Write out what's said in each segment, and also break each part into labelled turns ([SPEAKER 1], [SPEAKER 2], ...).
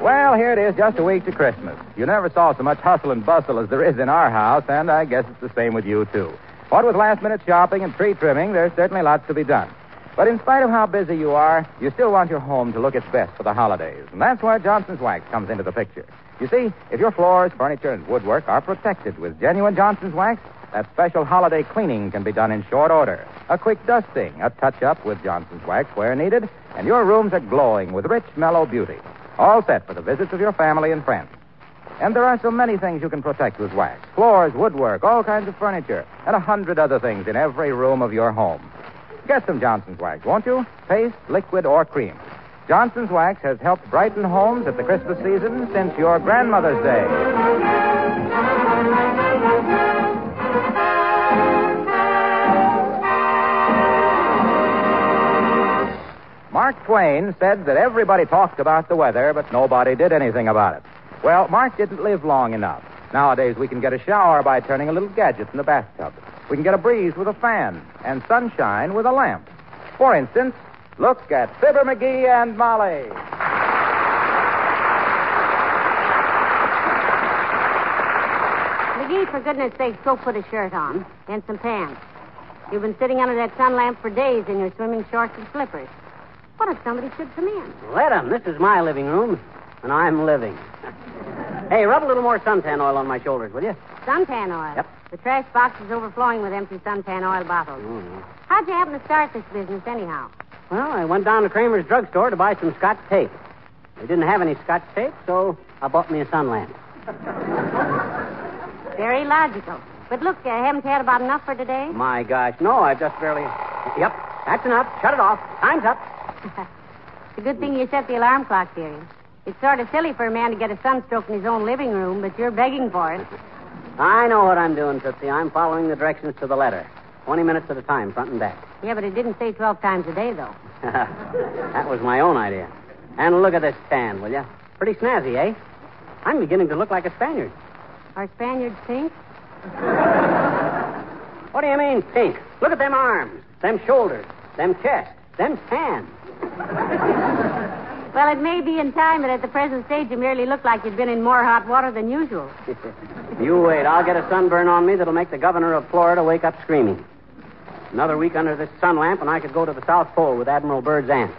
[SPEAKER 1] Well, here it is, just a week to Christmas. You never saw so much hustle and bustle as there is in our house, and I guess it's the same with you, too. What with last minute shopping and tree trimming, there's certainly lots to be done. But in spite of how busy you are, you still want your home to look its best for the holidays. And that's where Johnson's Wax comes into the picture. You see, if your floors, furniture, and woodwork are protected with genuine Johnson's Wax, that special holiday cleaning can be done in short order. A quick dusting, a touch up with Johnson's Wax where needed, and your rooms are glowing with rich, mellow beauty. All set for the visits of your family and friends. And there are so many things you can protect with wax floors, woodwork, all kinds of furniture, and a hundred other things in every room of your home. Get some Johnson's Wax, won't you? Paste, liquid, or cream. Johnson's Wax has helped brighten homes at the Christmas season since your grandmother's day. Mark Twain said that everybody talked about the weather, but nobody did anything about it. Well, Mark didn't live long enough. Nowadays, we can get a shower by turning a little gadget in the bathtub. We can get a breeze with a fan and sunshine with a lamp. For instance, look at Fibber McGee and Molly.
[SPEAKER 2] McGee, for goodness sake, go put a shirt on and some pants. You've been sitting under that sun lamp for days in your swimming shorts and slippers. What if somebody should come in?
[SPEAKER 3] Let 'em. This is my living room, and I'm living. hey, rub a little more suntan oil on my shoulders, will you?
[SPEAKER 2] Suntan oil.
[SPEAKER 3] Yep.
[SPEAKER 2] The trash box is overflowing with empty suntan oil bottles. How'd you happen to start this business anyhow?
[SPEAKER 3] Well, I went down to Kramer's drugstore to buy some Scotch tape. They didn't have any Scotch tape, so I bought me a sun lamp.
[SPEAKER 2] Very logical. But look, I haven't had about enough for today.
[SPEAKER 3] My gosh, no, I've just barely. Yep, that's enough. Shut it off. Time's up.
[SPEAKER 2] It's a good thing you set the alarm clock, dearie. It's sort of silly for a man to get a sunstroke in his own living room, but you're begging for it.
[SPEAKER 3] I know what I'm doing, Tootsie. I'm following the directions to the letter. Twenty minutes at a time, front and back.
[SPEAKER 2] Yeah, but it didn't say 12 times a day, though.
[SPEAKER 3] that was my own idea. And look at this stand, will you? Pretty snazzy, eh? I'm beginning to look like a Spaniard.
[SPEAKER 2] Are Spaniards pink?
[SPEAKER 3] What do you mean, pink? Look at them arms, them shoulders, them chest, them hands.
[SPEAKER 2] Well, it may be in time, but at the present stage, you merely look like you'd been in more hot water than usual.
[SPEAKER 3] you wait. I'll get a sunburn on me that'll make the governor of Florida wake up screaming. Another week under this sun lamp, and I could go to the South Pole with Admiral Byrd's aunt.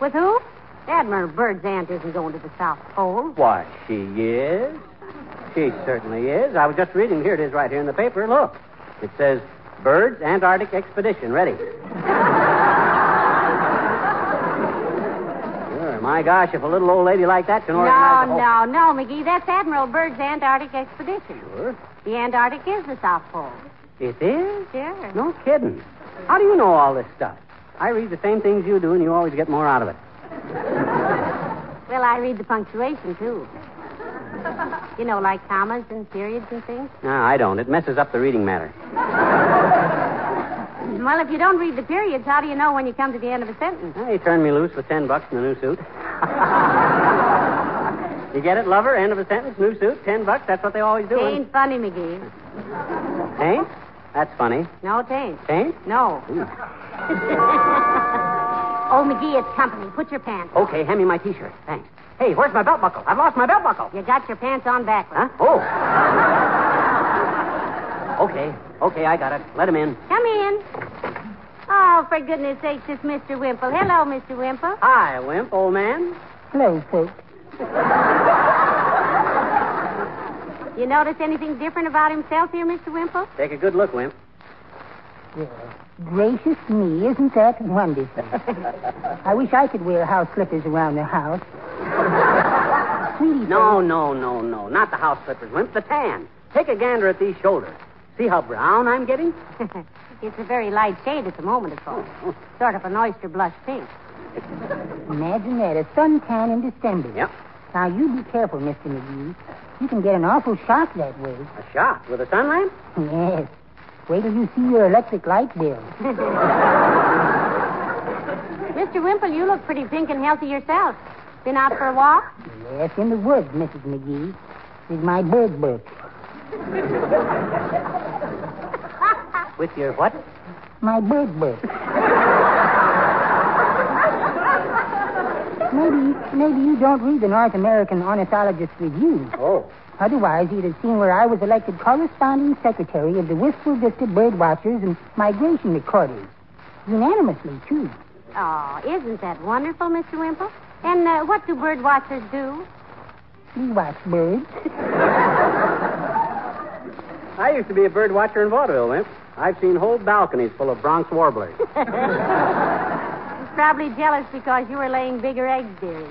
[SPEAKER 2] With who? Admiral Bird's aunt isn't going to the South Pole.
[SPEAKER 3] Why, she is. She certainly is. I was just reading. Here it is right here in the paper. Look. It says, Bird's Antarctic Expedition, ready. sure, my gosh, if a little old lady like that can
[SPEAKER 2] No,
[SPEAKER 3] organize a
[SPEAKER 2] no, no, McGee. That's Admiral Byrd's Antarctic expedition.
[SPEAKER 3] whole... No.
[SPEAKER 2] The Antarctic is the South Pole.
[SPEAKER 3] It is?
[SPEAKER 2] Sure.
[SPEAKER 3] No kidding. How do you know all this stuff? I read the same things you do, and you always get more out of it.
[SPEAKER 2] Well, I read the punctuation, too. You know, like commas and periods and things.
[SPEAKER 3] No, I don't. It messes up the reading matter.
[SPEAKER 2] Well, if you don't read the periods, how do you know when you come to the end of a sentence?
[SPEAKER 3] Well, He turned me loose with ten bucks and a new suit. you get it, lover? End of a sentence, new suit, ten bucks. That's what they always do.
[SPEAKER 2] Ain't funny, McGee.
[SPEAKER 3] Ain't? That's funny.
[SPEAKER 2] No, it ain't.
[SPEAKER 3] Ain't?
[SPEAKER 2] No. oh, McGee, it's company. Put your pants.
[SPEAKER 3] Okay, hand me my T-shirt. Thanks. Hey, where's my belt buckle? I've lost my belt buckle.
[SPEAKER 2] You got your pants on backwards.
[SPEAKER 3] Huh? Oh. okay, okay, I got it. Let him in.
[SPEAKER 2] Come in. Oh, for goodness sakes, it's Mr. Wimple. Hello, Mr. Wimple.
[SPEAKER 3] Hi, Wimp, old man.
[SPEAKER 4] Hello, folks.
[SPEAKER 2] You notice anything different about himself here, Mr. Wimple?
[SPEAKER 3] Take a good look, Wimp.
[SPEAKER 4] Gracious me, isn't that wonderful? I wish I could wear house slippers around the house. Sweetie,
[SPEAKER 3] No, no, no, no. Not the house slippers, Wimp. The tan. Take a gander at these shoulders. See how brown I'm getting?
[SPEAKER 2] it's a very light shade at the moment, of course. Sort of an oyster blush pink.
[SPEAKER 4] imagine that, a suntan in December.
[SPEAKER 3] Yep.
[SPEAKER 4] Now, you be careful, Mr. McGee. You can get an awful shock that way.
[SPEAKER 3] A shot with a sun lamp?
[SPEAKER 4] Yes. Wait till you see your electric light bill.
[SPEAKER 2] Mr. Wimple, you look pretty pink and healthy yourself. Been out for a walk?
[SPEAKER 4] Yes, in the woods, Mrs. McGee. With my bird book.
[SPEAKER 3] With your what?
[SPEAKER 4] My bird book. maybe, maybe you don't read the North American Ornithologist Review.
[SPEAKER 3] Oh.
[SPEAKER 4] Otherwise, you'd have seen where I was elected corresponding secretary of the Wistful Vista Bird Watchers and Migration Recorders. Unanimously, too.
[SPEAKER 2] Oh, isn't that wonderful, Mr. Wimple? And uh, what do bird watchers do?
[SPEAKER 4] We watch birds.
[SPEAKER 3] I used to be a bird watcher in vaudeville, Wimp. I've seen whole balconies full of Bronx warblers.
[SPEAKER 2] Probably jealous because you were laying bigger eggs, dearie.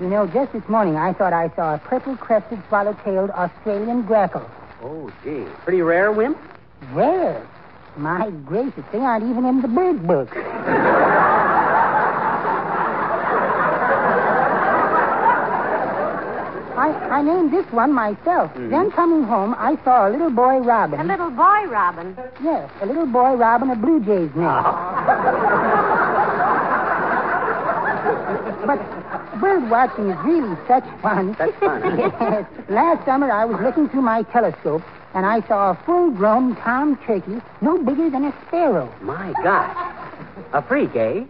[SPEAKER 4] You know, just this morning I thought I saw a purple crested swallow tailed Australian grackle.
[SPEAKER 3] oh, gee. Pretty rare, Wimp?
[SPEAKER 4] Rare. My gracious, they aren't even in the bird book. I, I named this one myself. Then coming home, I saw a little boy robin.
[SPEAKER 2] A little boy, Robin.
[SPEAKER 4] Yes, a little boy robbing a Blue Jays nest.
[SPEAKER 3] Ah,
[SPEAKER 4] but bird watching is really such fun.
[SPEAKER 3] That's fun, huh?
[SPEAKER 4] yes. Last summer I was looking through my telescope and I saw a full-grown tom turkey no bigger than a sparrow.
[SPEAKER 3] My gosh. A freak, eh?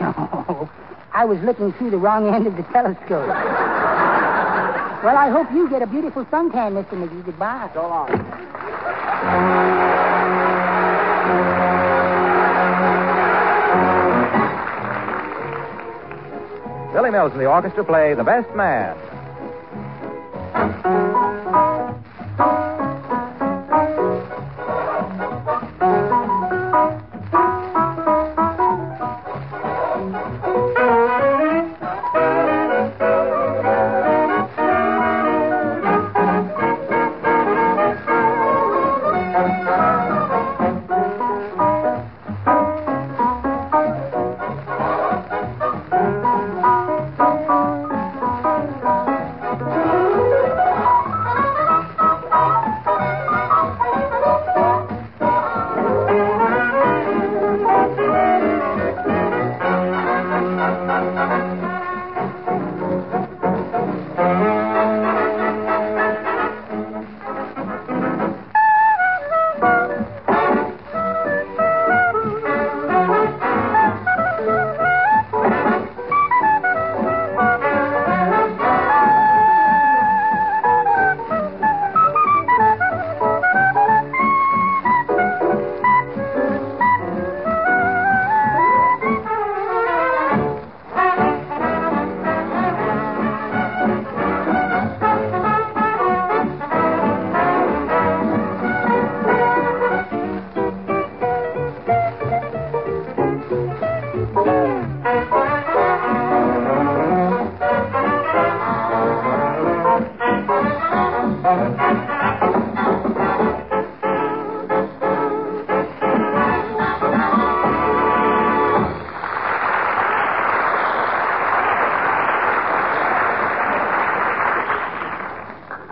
[SPEAKER 4] No, I was looking through the wrong end of the telescope. well, I hope you get a beautiful suntan, Mr. McGee. Goodbye.
[SPEAKER 3] So long.
[SPEAKER 1] Billy Mills and the orchestra play The Best Man.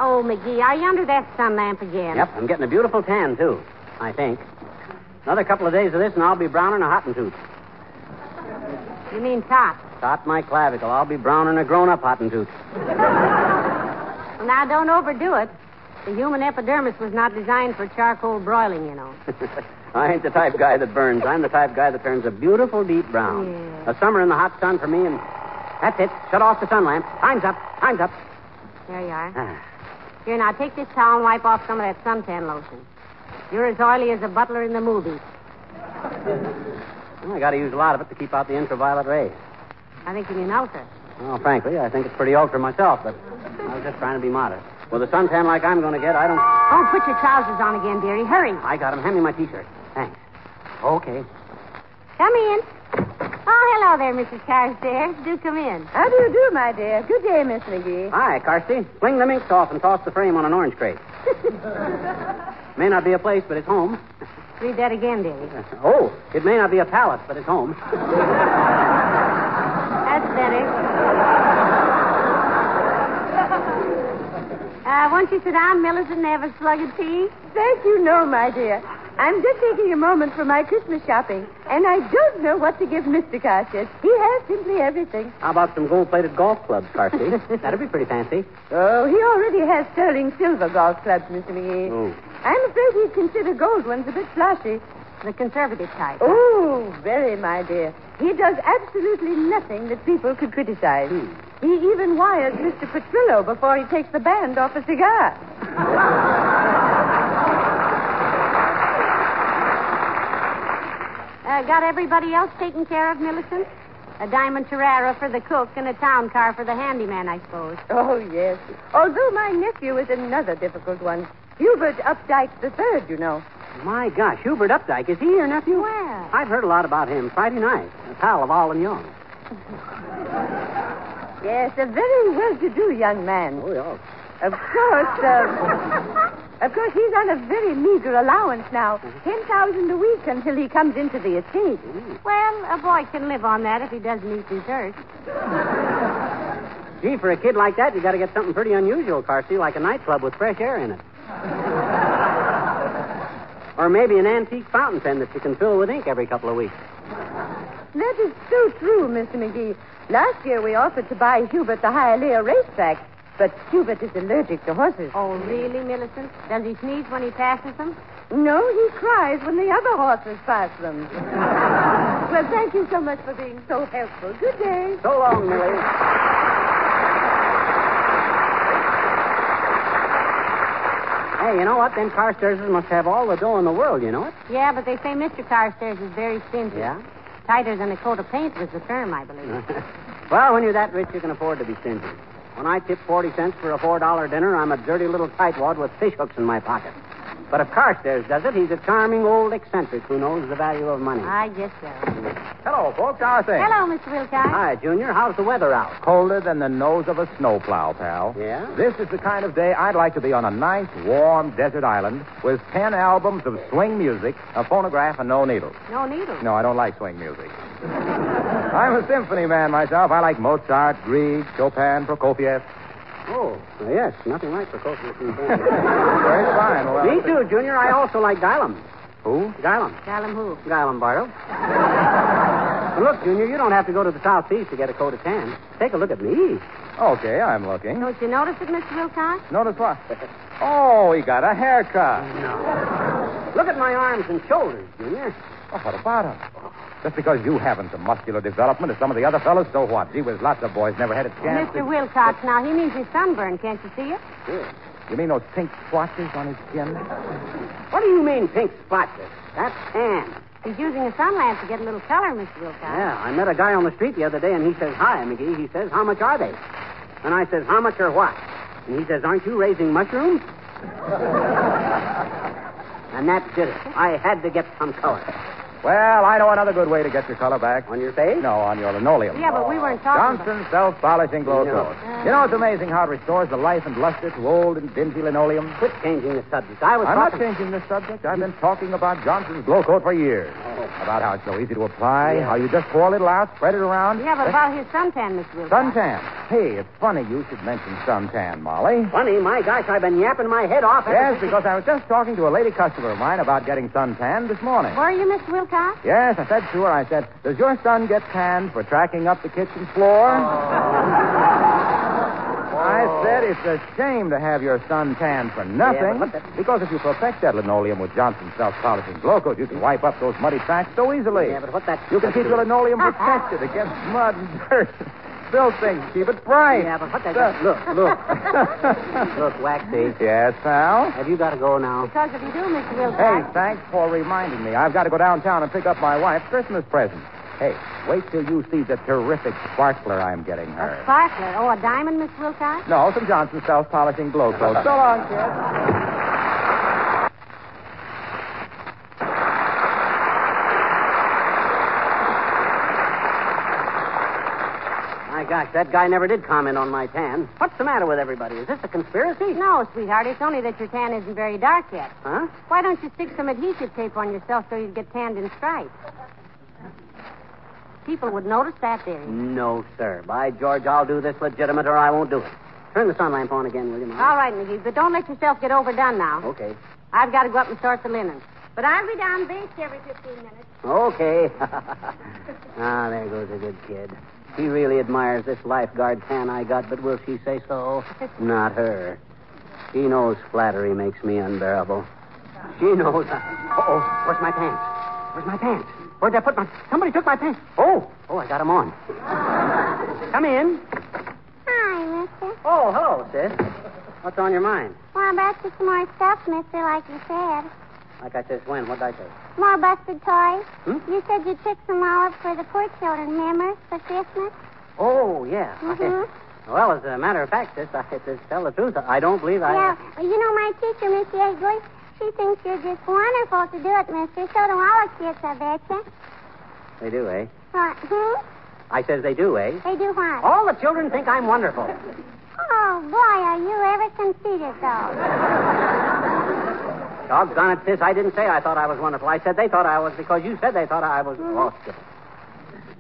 [SPEAKER 2] Oh, McGee, are you under that sun lamp again?
[SPEAKER 3] Yep, I'm getting a beautiful tan, too, I think. Another couple of days of this, and I'll be brown in a hottentooth.
[SPEAKER 2] You mean top.
[SPEAKER 3] Top my clavicle, I'll be brown in a grown up hottentooth.
[SPEAKER 2] Well, now, don't overdo it. The human epidermis was not designed for charcoal broiling, you know.
[SPEAKER 3] I ain't the type guy that burns. I'm the type guy that turns a beautiful deep brown.
[SPEAKER 2] Yeah.
[SPEAKER 3] A summer in the hot sun for me, and that's it. Shut off the sun lamp. Time's up. Time's up.
[SPEAKER 2] There you are.
[SPEAKER 3] Ah,
[SPEAKER 2] Here, now, take this towel and wipe off some of that suntan lotion. You're as oily as a butler in the movies.
[SPEAKER 3] well, I got to use a lot of it to keep out the ultraviolet rays.
[SPEAKER 2] I think you mean ulcer.
[SPEAKER 3] Well, frankly, I think it's pretty ultra myself, but I was just trying to be modest. With a suntan like I'm going to get, I don't.
[SPEAKER 2] Oh, put your trousers on again, dearie. Hurry.
[SPEAKER 3] I got him. Hand me my T-shirt. Thanks. Okay.
[SPEAKER 2] Come in. Oh, hello there, Mrs. Carstairs. Do come in.
[SPEAKER 5] How do you do, my dear? Good day, Miss McGee.
[SPEAKER 3] Hi, Carsty. Fling the minks off and toss the frame on an orange crate. may not be a place, but it's home.
[SPEAKER 2] Read that again, dearie.
[SPEAKER 3] Oh, it may not be a palace, but it's home.
[SPEAKER 2] That's better. Uh, won't you sit down, Millicent, and have a slug of tea?
[SPEAKER 5] Thank you, no, my dear. I'm just taking a moment for my Christmas shopping, and I don't know what to give Mr. Carstairs. He has simply everything.
[SPEAKER 3] How about some gold-plated golf clubs, Carsty? That'd be pretty fancy.
[SPEAKER 5] Oh, he already has sterling silver golf clubs, Mr. McGee.
[SPEAKER 3] Oh.
[SPEAKER 5] I'm afraid he'd consider gold ones a bit flashy.
[SPEAKER 2] The conservative type.
[SPEAKER 5] Oh, very, my dear. He does absolutely nothing that people could criticize.
[SPEAKER 2] Hmm.
[SPEAKER 5] He even wires Mr. Petrillo before he takes the band off a cigar.
[SPEAKER 2] Uh, got everybody else taken care of, Millicent? A diamond terrara for the cook and a town car for the handyman, I suppose.
[SPEAKER 5] Oh, yes. Although my nephew is another difficult one. Hubert Updike the Third, you know.
[SPEAKER 3] My gosh, Hubert Updike, is he your nephew?
[SPEAKER 2] Well.
[SPEAKER 3] I've heard a lot about him Friday night. A pal of All and Young.
[SPEAKER 5] Yes, a very well-to-do young man.
[SPEAKER 3] Oh, yeah.
[SPEAKER 5] Of course,
[SPEAKER 2] um,
[SPEAKER 5] uh, of course, he's on a very meager allowance now, ten thousand a week until he comes into the estate.
[SPEAKER 3] Mm.
[SPEAKER 2] Well, a boy can live on that if he doesn't eat dessert.
[SPEAKER 3] Gee, for a kid like that, you got to get something pretty unusual, Carsty, like a nightclub with fresh air in it. or maybe an antique fountain pen that you can fill with ink every couple of weeks.
[SPEAKER 5] That is so true, Mr. McGee. Last year we offered to buy Hubert the Hialeah racetrack, but Hubert is allergic to horses.
[SPEAKER 2] Oh, really, Millicent? Does he sneeze when he passes them?
[SPEAKER 5] No, he cries when the other horses pass them. well, thank you so much for being so helpful. Good day.
[SPEAKER 3] So long, Millie. Hey, you know what? Them Carstairs must have all the dough in the world, you know it?
[SPEAKER 2] Yeah, but they say Mr. Carstairs is very stingy.
[SPEAKER 3] Yeah? Uh-huh.
[SPEAKER 2] Tighter than a coat of paint was the term, I believe.
[SPEAKER 3] well, when you're that rich, you can afford to be stingy. When I tip 40 cents for a $4 dinner, I'm a dirty little tightwad with fish hooks in my pocket. But if Carstairs does it, he's a charming old eccentric who knows the value of money.
[SPEAKER 2] I guess so.
[SPEAKER 1] Hello, folks. How are things?
[SPEAKER 2] Hello, Mr. Wilcox.
[SPEAKER 3] Hi, Junior. How's the weather out?
[SPEAKER 1] Colder than the nose of a snowplow, pal.
[SPEAKER 3] Yeah?
[SPEAKER 1] This is the kind of day I'd like to be on a nice, warm desert island with ten albums of swing music, a phonograph, and no needles.
[SPEAKER 2] No needle.
[SPEAKER 1] No, I don't like swing music. I'm a symphony man myself. I like Mozart, Grieg, Chopin, Prokofiev.
[SPEAKER 3] Oh, yes. Nothing like Prokofiev.
[SPEAKER 1] Very fine. Well,
[SPEAKER 3] Me too, Junior. I also like Gylem.
[SPEAKER 1] Who?
[SPEAKER 3] Gylem.
[SPEAKER 2] Tell him who.
[SPEAKER 3] Gylem Bartle. But look, Junior, you don't have to go to the South Seas to get a coat of tan. Take a look at me.
[SPEAKER 1] Okay, I'm looking.
[SPEAKER 2] Don't you notice it, Mr. Wilcox?
[SPEAKER 1] Notice what? Oh, he got a haircut.
[SPEAKER 3] Look at my arms and shoulders, Junior.
[SPEAKER 1] Oh, what about him? Just because you haven't the muscular development of some of the other fellows, so what? Gee whiz, lots of boys never had a chance.
[SPEAKER 2] Mr.
[SPEAKER 1] to-
[SPEAKER 2] Wilcox, now, he means his sunburn. Can't you see it?
[SPEAKER 1] You mean those pink swatches on his skin?
[SPEAKER 3] What do you mean, pink splotches? That's tan.
[SPEAKER 2] He's using a sun lamp to get a little color, Mr. Wilcox.
[SPEAKER 3] Yeah, I met a guy on the street the other day, and he says, Hi, McGee. He says, How much are they? And I says, How much or what? And he says, Aren't you raising mushrooms? and that did it. I had to get some color.
[SPEAKER 1] Well, I know another good way to get your color back.
[SPEAKER 3] On your face?
[SPEAKER 1] No, on your linoleum.
[SPEAKER 2] Yeah, but we weren't talking
[SPEAKER 1] Johnson Self Polishing Glow
[SPEAKER 3] No.
[SPEAKER 1] Coat. You know, it's amazing how it restores the life and luster to old and dingy linoleum.
[SPEAKER 3] Quit changing the subject. I was
[SPEAKER 1] I'm not
[SPEAKER 3] talking...
[SPEAKER 1] changing the subject. I've been talking about Johnson's Glow Coat for years.
[SPEAKER 3] Oh.
[SPEAKER 1] About how it's so easy to apply, how you just pour a little out, spread it around.
[SPEAKER 2] about... Yeah, but about his suntan, Mr. Wilcox.
[SPEAKER 1] Suntan. Hey, it's funny you should mention suntan, Molly.
[SPEAKER 3] Funny, my gosh, I've been yapping my head off. ever
[SPEAKER 1] Yes,
[SPEAKER 3] since-
[SPEAKER 1] because I was just talking to a lady customer of mine about getting suntan this morning.
[SPEAKER 2] Were you, Mr. Wilcox?
[SPEAKER 1] Yes, I said to her, I said, Does your son get tanned for tracking up the kitchen floor? I I said it's a shame to have your son tanned for nothing.
[SPEAKER 3] Yeah, but that-
[SPEAKER 1] Because if you perfect that linoleum with Johnson's self-polishing glow coat, you can wipe up those muddy tracks so easily.
[SPEAKER 3] Yeah, but what that-
[SPEAKER 1] You can keep the linoleum protected against mud and dirt. Build things, keep it bright.
[SPEAKER 3] Yeah, but what that...
[SPEAKER 1] Stuff.
[SPEAKER 3] Look, look. look, Waxy.
[SPEAKER 1] Yes, Al?
[SPEAKER 3] Have you got to go now?
[SPEAKER 2] Because if you do, Mr.
[SPEAKER 1] Hey,
[SPEAKER 2] Wilcox,
[SPEAKER 1] thanks for reminding me. I've got to go downtown and pick up my wife's Christmas present. Hey, wait till you see the terrific sparkler I'm getting
[SPEAKER 2] a
[SPEAKER 1] her.
[SPEAKER 2] sparkler. Oh, a diamond, Miss Wilcox?
[SPEAKER 1] No, some Johnson self-polishing glow coat. So long, kid.
[SPEAKER 3] My gosh, that guy never did comment on my tan. What's the matter with everybody? Is this a conspiracy?
[SPEAKER 2] No, sweetheart. It's only that your tan isn't very dark yet.
[SPEAKER 3] Huh?
[SPEAKER 2] Why don't you stick some adhesive tape on yourself so you'd get tanned in stripes? People would notice that there.
[SPEAKER 1] Mm.
[SPEAKER 3] No, sir. By George, I'll do this legitimate or I won't do it. Turn the sun lamp on again, will you, Mom?
[SPEAKER 2] All right, McGee, but don't let yourself get overdone now.
[SPEAKER 3] Okay.
[SPEAKER 2] I've got to go up and sort the linen. But I'll be down base every 15 minutes.
[SPEAKER 3] Okay. ah, there goes a good kid. He really admires this lifeguard tan I got, but will she say so? Not her. She knows flattery makes me unbearable. She knows. oh, where's my pants? Where's my pants? Where'd I put my? Somebody took my pants. Oh, oh, I got 'em on. Come in.
[SPEAKER 6] Hi, mister.
[SPEAKER 3] Oh, hello, sis. What's on your mind?
[SPEAKER 6] Well, I busted some more stuff, mister, like you said.
[SPEAKER 3] Like I says, when? What did I say?
[SPEAKER 6] More busted toys.
[SPEAKER 3] Hmm?
[SPEAKER 6] You said you took some all up for the poor children, remember? For Christmas.
[SPEAKER 3] Oh, yeah.
[SPEAKER 6] Mhm.
[SPEAKER 3] Well, as a matter of fact, sis, I to tell the truth, I don't believe I.
[SPEAKER 6] Yeah. Well, you know my teacher, Miss Yeagley, she thinks you're just wonderful to do it, mister. So do all the kids, I betcha.
[SPEAKER 3] They do, eh?
[SPEAKER 6] What? Hmm?
[SPEAKER 3] I says they do, eh?
[SPEAKER 6] They do what?
[SPEAKER 3] All the children think I'm wonderful.
[SPEAKER 6] Oh, boy, are you ever conceited, though.
[SPEAKER 3] Doggone it, sis. I didn't say I thought I was wonderful. I said they thought I was because you said they thought I was. Oh, skip it.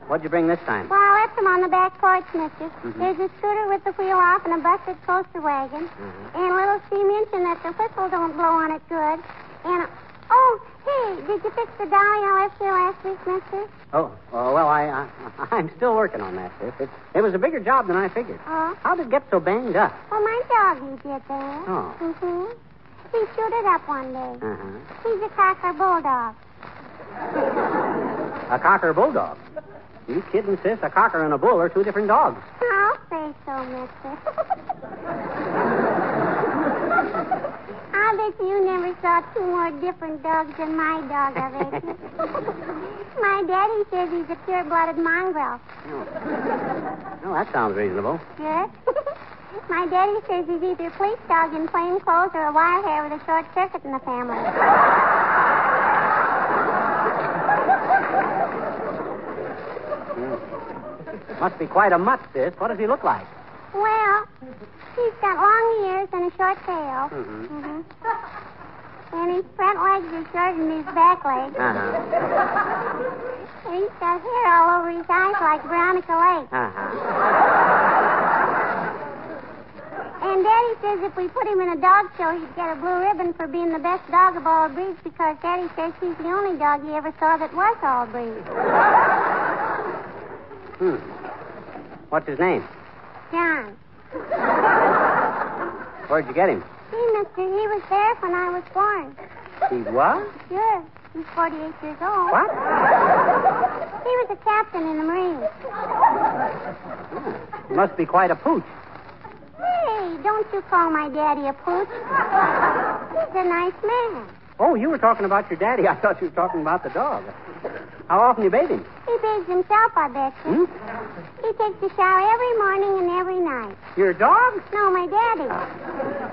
[SPEAKER 3] What'd you bring this time?
[SPEAKER 6] Well, I left them on the back porch, mister. There's a scooter with the wheel off and a busted coaster wagon. And little C mentioned that the whistle don't blow on it good. And, oh, hey, did you fix the dolly I left here last week, mister?
[SPEAKER 3] Oh, oh well, I, I, I'm still working on that, sis. It, it was a bigger job than I figured.
[SPEAKER 6] Oh,
[SPEAKER 3] How did it get so banged up?
[SPEAKER 6] well, my doggy did that.
[SPEAKER 3] Oh.
[SPEAKER 6] hmm He chewed it up one day.
[SPEAKER 3] Uh-huh.
[SPEAKER 6] He's a cocker bulldog.
[SPEAKER 3] A cocker bulldog. You kidding, sis? A cocker and a bull are two different dogs.
[SPEAKER 6] I'll say Oh, so, mister. I bet you never saw two more different dogs than my dog, I bet you. my daddy says he's a pure-blooded mongrel.
[SPEAKER 3] Well, that sounds reasonable.
[SPEAKER 6] Yes? my daddy says he's either a police dog in plain clothes or a wire hair with a short circuit in the family.
[SPEAKER 3] Must be quite a mutt, sis. What does he look like?
[SPEAKER 6] Well, he's got long ears and a short tail. Mhm. And his front legs are shorter than his back legs.
[SPEAKER 3] Uh-huh.
[SPEAKER 6] And he's got hair all over his eyes like Veronica Lake.
[SPEAKER 3] Uh-huh.
[SPEAKER 6] And Daddy says if we put him in a dog show, he'd get a blue ribbon for being the best dog of all breeds because Daddy says he's the only dog he ever saw that was all breeds.
[SPEAKER 3] Hmm. What's his name?
[SPEAKER 6] John.
[SPEAKER 3] Where'd you get him?
[SPEAKER 6] See, mister, he was there when I was born.
[SPEAKER 3] He what?
[SPEAKER 6] Sure. He's 48 years old.
[SPEAKER 3] What?
[SPEAKER 6] He was a captain in the Marines.
[SPEAKER 3] Must be quite a pooch.
[SPEAKER 6] Hey, don't you call my daddy a pooch. He's a nice man.
[SPEAKER 3] Oh, you were talking about your daddy. I thought you were talking about the dog. How often you bathe him?
[SPEAKER 6] He bathes himself, I bet you.
[SPEAKER 3] Hmm?
[SPEAKER 6] He takes a shower every morning and every night.
[SPEAKER 3] Your dog?
[SPEAKER 6] No, my daddy.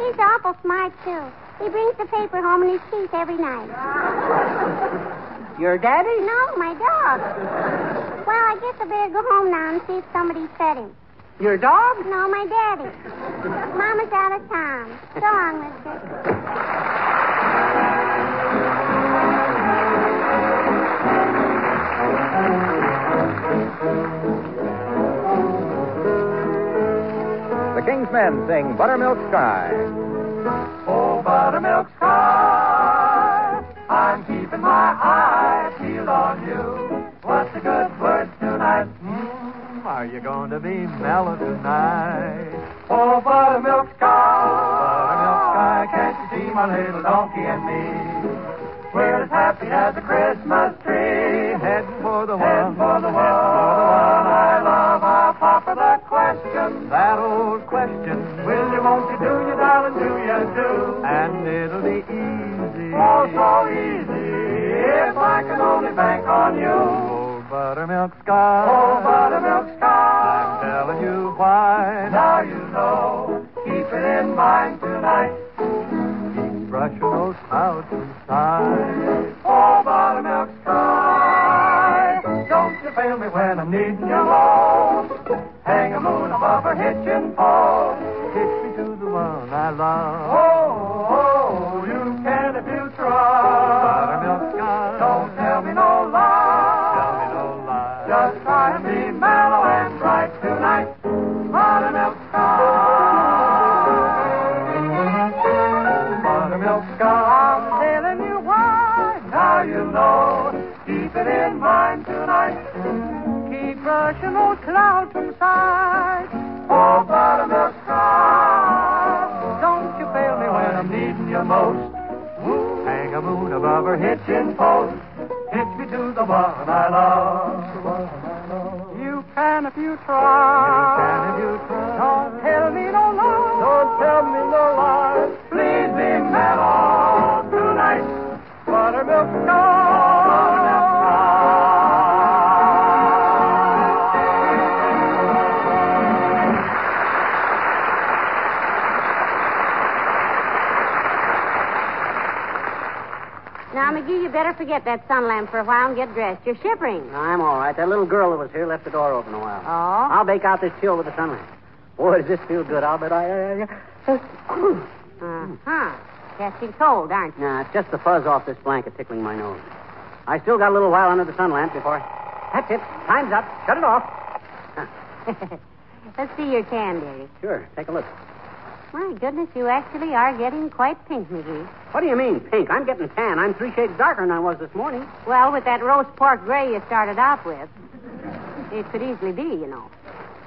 [SPEAKER 6] He's awful smart, too. He brings the paper home in his teeth every night.
[SPEAKER 3] Your daddy?
[SPEAKER 6] No, my dog. Well, I guess I better go home now and see if somebody fed him.
[SPEAKER 3] Your dog?
[SPEAKER 6] No, my daddy. Mama's out of town. So long, mister.
[SPEAKER 1] The King's Men sing Buttermilk Sky. Oh, Buttermilk Sky, I'm keeping my eye peeled on you. What's a good word tonight?
[SPEAKER 7] Hmm, Mm, are you going to be mellow tonight? Oh, buttermilk sky, buttermilk sky, can't you see my little donkey and me? We're as happy as a Christmas tree, heading for the one, heading for the one I love. I'll pop her that question, that old question. Will you, won't you, do you, darling, do you, do? And it'll be easy, oh so easy, if I can only bank on you. Oh, buttermilk sky, oh buttermilk sky, I'm telling you why. Now you know, keep it in mind tonight. Keep brushing those clouds aside. Oh, buttermilk sky, don't you fail me when I'm needing you low. Hang a moon above her hitching pole. Hitch me to the one I love. Oh, oh, you can if you try. Buttermilk sky, don't tell me no lie. Tell me no lie. Just try to be mellow and bright tonight. Buttermilk sky. Buttermilk sky, I'm telling you why. Now you know. Keep it in mind tonight. Keep brushing those clouds from sight. Oh, buttermilk sky. Don't you fail me when I'm needing you most. Hang a moon above her hitching post. Hitch me to the one I love. You can if you try. You can if you try. Don't tell me no lies. Don't tell me no lies. Please be mellow tonight. Buttermilk sky. Buttermilk sky.
[SPEAKER 2] Now, McGee, you better forget that sun lamp for a while and get dressed. You're shivering.
[SPEAKER 3] I'm all right. That little girl that was here left the door open a while.
[SPEAKER 5] Oh?
[SPEAKER 3] I'll bake out this chill with the sunlight. Uh-huh. Boy, does this feel good, Albert. I, uh, I, I...
[SPEAKER 2] Uh-huh. Catching cold, aren't you?
[SPEAKER 3] Nah, it's just the fuzz off this blanket tickling my nose. I still got a little while under the sun lamp before. That's it. Time's up. Shut it off. Huh.
[SPEAKER 2] Let's see your tan, dearie.
[SPEAKER 3] Sure. Take a look.
[SPEAKER 2] My goodness, you actually are getting quite pink, McGee.
[SPEAKER 3] What do you mean, pink? I'm getting tan. I'm three shades darker than I was this morning.
[SPEAKER 2] Well, with that roast pork gray you started out with, it could easily be, you know.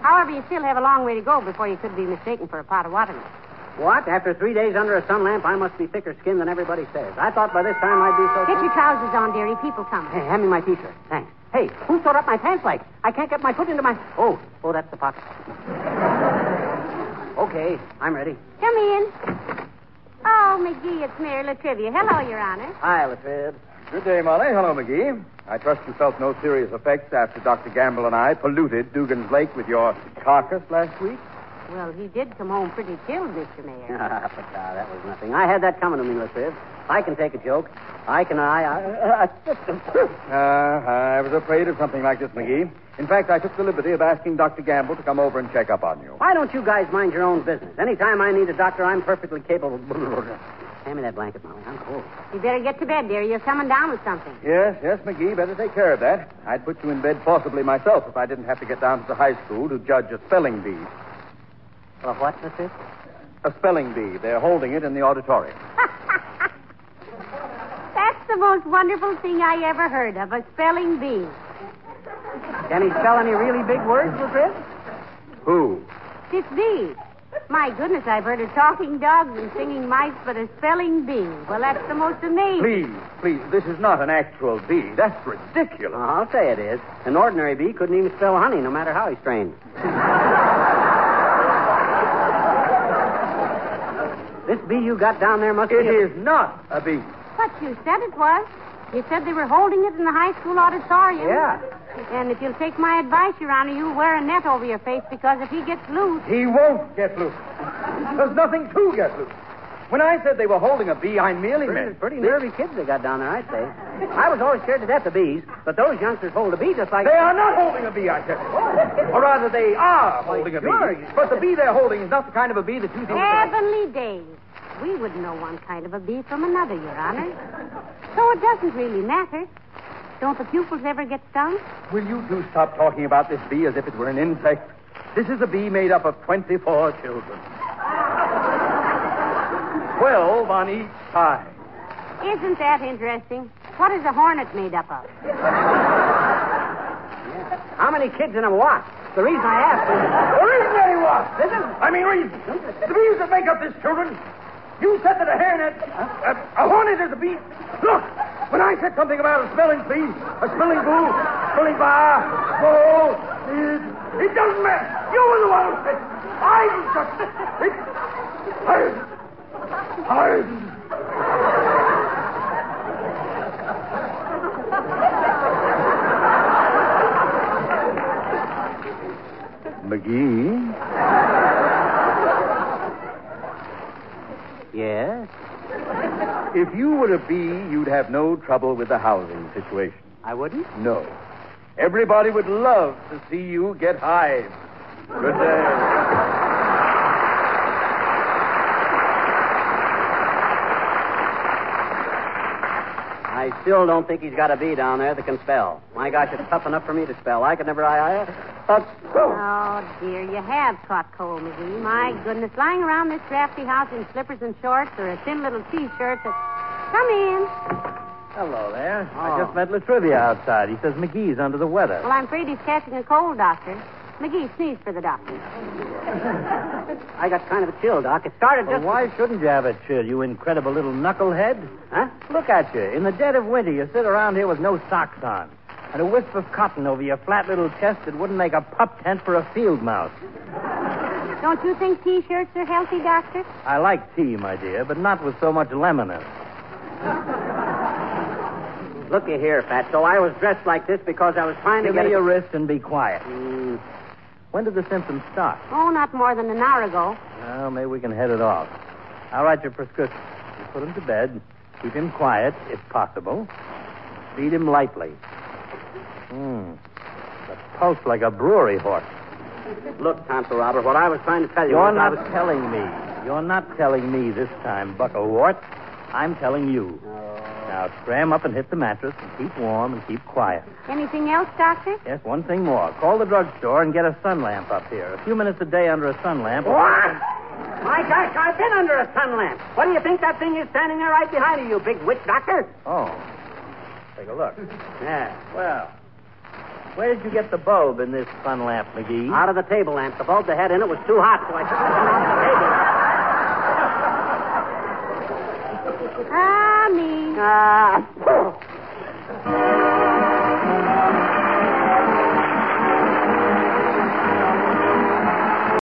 [SPEAKER 2] However, you still have a long way to go before you could be mistaken for a pot of watermelon.
[SPEAKER 3] What? After three days under a sun lamp, I must be thicker skinned than everybody says. I thought by this time I'd be so.
[SPEAKER 2] Get your trousers on, dearie. People come.
[SPEAKER 3] Hey, hand me my t-shirt. Thanks. Hey, who sewed up my pants like? I can't get my foot into my. Oh, oh, that's the pocket. okay, I'm ready.
[SPEAKER 2] Come in. Oh, McGee, it's Mary Latrivia. Hello, Your Honor.
[SPEAKER 3] Hi, Latrib.
[SPEAKER 1] Good day, Molly. Hello, McGee. I trust you felt no serious effects after Dr. Gamble and I polluted Dugan's Lake with your carcass last week.
[SPEAKER 2] Well, he did come home pretty chilled, Mr. Mayor.
[SPEAKER 3] Ah, but ah, that was nothing. I had that coming to me, Latrib. I can take a joke. I can. I. I,
[SPEAKER 1] Uh, I was afraid of something like this, McGee. In fact, I took the liberty of asking Dr. Gamble to come over and check up on you.
[SPEAKER 3] Why don't you guys mind your own business? Anytime I need a doctor, I'm perfectly capable. Hand me that blanket, Molly. I'm cold.
[SPEAKER 2] You better get to bed, dearie. You're coming down with something.
[SPEAKER 1] Yes, yes, McGee, better take care of that. I'd put you in bed forcibly myself if I didn't have to get down to the high school to judge a spelling bee.
[SPEAKER 3] Well, what, Latrib?
[SPEAKER 1] A spelling bee. They're holding it in the auditorium.
[SPEAKER 2] That's the most wonderful thing I ever heard of a spelling bee.
[SPEAKER 3] Can he spell any really big words, Latrib?
[SPEAKER 1] Who?
[SPEAKER 2] This bee. My goodness, I've heard of talking dogs and singing mice, but a spelling bee. Well, that's the most amazing.
[SPEAKER 1] Please, please, this is not an actual bee. That's ridiculous.
[SPEAKER 3] I'll say it is. An ordinary bee couldn't even spell honey, no matter how he strained. this bee you got down there must
[SPEAKER 1] It
[SPEAKER 3] be. a-
[SPEAKER 1] is not a bee.
[SPEAKER 2] But you said it was. You said they were holding it in the high school auditorium.
[SPEAKER 3] Yeah.
[SPEAKER 2] And if you'll take my advice, Your Honor, you'll wear a net over your face because if he gets loose,
[SPEAKER 1] He won't get loose. There's nothing to get loose. When I said they were holding a bee, I merely
[SPEAKER 3] Pretty,
[SPEAKER 1] meant
[SPEAKER 3] pretty nervy kids they got down there, I'd say. I was always scared to death of bees, but those youngsters hold a bee just like.
[SPEAKER 1] they are not holding a bee. I said, or rather, they are holding a
[SPEAKER 3] sure,
[SPEAKER 1] bee.
[SPEAKER 3] you-
[SPEAKER 1] But the bee they're holding is not the kind of a bee that you think.
[SPEAKER 2] heavenly days. We wouldn't know one kind of a bee from another, Your Honor. So it doesn't really matter. Don't the pupils ever get stung?
[SPEAKER 1] Will you do stop talking about this bee as if it were an insect? This is a bee made up of 24 children. Twelve on each side.
[SPEAKER 2] Isn't that interesting? What is a hornet made up of?
[SPEAKER 3] How many kids in a watch? The reason I asked is.
[SPEAKER 7] There isn't any one. Listen. I mean, reason. The bees that make up this, children. You said that a hairnet, a, a hornet is a bee. Look, when I said something about a spelling bee, a spelling boo, spelling bar, bowl, it, it doesn't matter. You were the one who said I just. It, I, I,
[SPEAKER 8] McGee?
[SPEAKER 3] Yes?
[SPEAKER 8] If you were a bee, you'd have no trouble with the housing situation.
[SPEAKER 3] I wouldn't?
[SPEAKER 8] No. Everybody would love to see you get hives. Good day.
[SPEAKER 3] I still don't think he's got a bee down there that can spell. My gosh, it's tough enough for me to spell. I could never. I. I uh,
[SPEAKER 2] Oh, dear, you have caught cold, McGee. My goodness, lying around this drafty house in slippers and shorts or a thin little T-shirt that... Come in.
[SPEAKER 3] Hello there.
[SPEAKER 2] I just
[SPEAKER 3] met Latrivia outside. He says McGee's under the weather.
[SPEAKER 2] Well, I'm afraid he's catching a cold, Doctor. McGee, sneeze for the doctor.
[SPEAKER 3] I got kind of a chill, Doc. It started just.
[SPEAKER 9] Why shouldn't you have a chill, you incredible little knucklehead?
[SPEAKER 3] Huh?
[SPEAKER 9] Look at you. In the dead of winter, you sit around here with no socks on. And a wisp of cotton over your flat little chest that wouldn't make a pup tent for a field mouse.
[SPEAKER 2] Don't you think T-shirts are healthy, Doctor?
[SPEAKER 9] I like tea, my dear, but not with so much lemon in it.
[SPEAKER 3] Looky here, Fatso. I was dressed like this because I was trying to
[SPEAKER 9] Give
[SPEAKER 3] get.
[SPEAKER 9] me
[SPEAKER 3] a-
[SPEAKER 9] your wrist and be quiet.
[SPEAKER 3] Mm,
[SPEAKER 9] When did the symptoms start?
[SPEAKER 2] Oh, not more than an hour ago.
[SPEAKER 9] Well, maybe we can head it off. I'll write your prescription. You put him to bed. Keep him quiet, if possible. Feed him lightly. Hmm. The pulse like a brewery horse.
[SPEAKER 3] Look, Tonto Robert, what I was trying to tell you
[SPEAKER 9] You're
[SPEAKER 3] was I
[SPEAKER 9] not
[SPEAKER 3] was
[SPEAKER 9] telling me. You're not telling me this time, Bucklewart. I'm telling you. Now scram up and hit the mattress and keep warm and keep quiet.
[SPEAKER 2] Anything else, Doctor?
[SPEAKER 9] Yes, one thing more. Call the drugstore and get a sun lamp up here. A few minutes a day under a sun lamp.
[SPEAKER 3] What? My gosh, I've been under a sun lamp. What do you think that thing is standing there right behind you, you big witch doctor?
[SPEAKER 9] Oh. Take a look.
[SPEAKER 3] Yeah.
[SPEAKER 9] Well, where did you get the bulb in this sun lamp, McGee?
[SPEAKER 3] Out of the table lamp. The bulb they had in it was too hot, so I took it from out the table.
[SPEAKER 2] Ah, me.
[SPEAKER 9] Ah.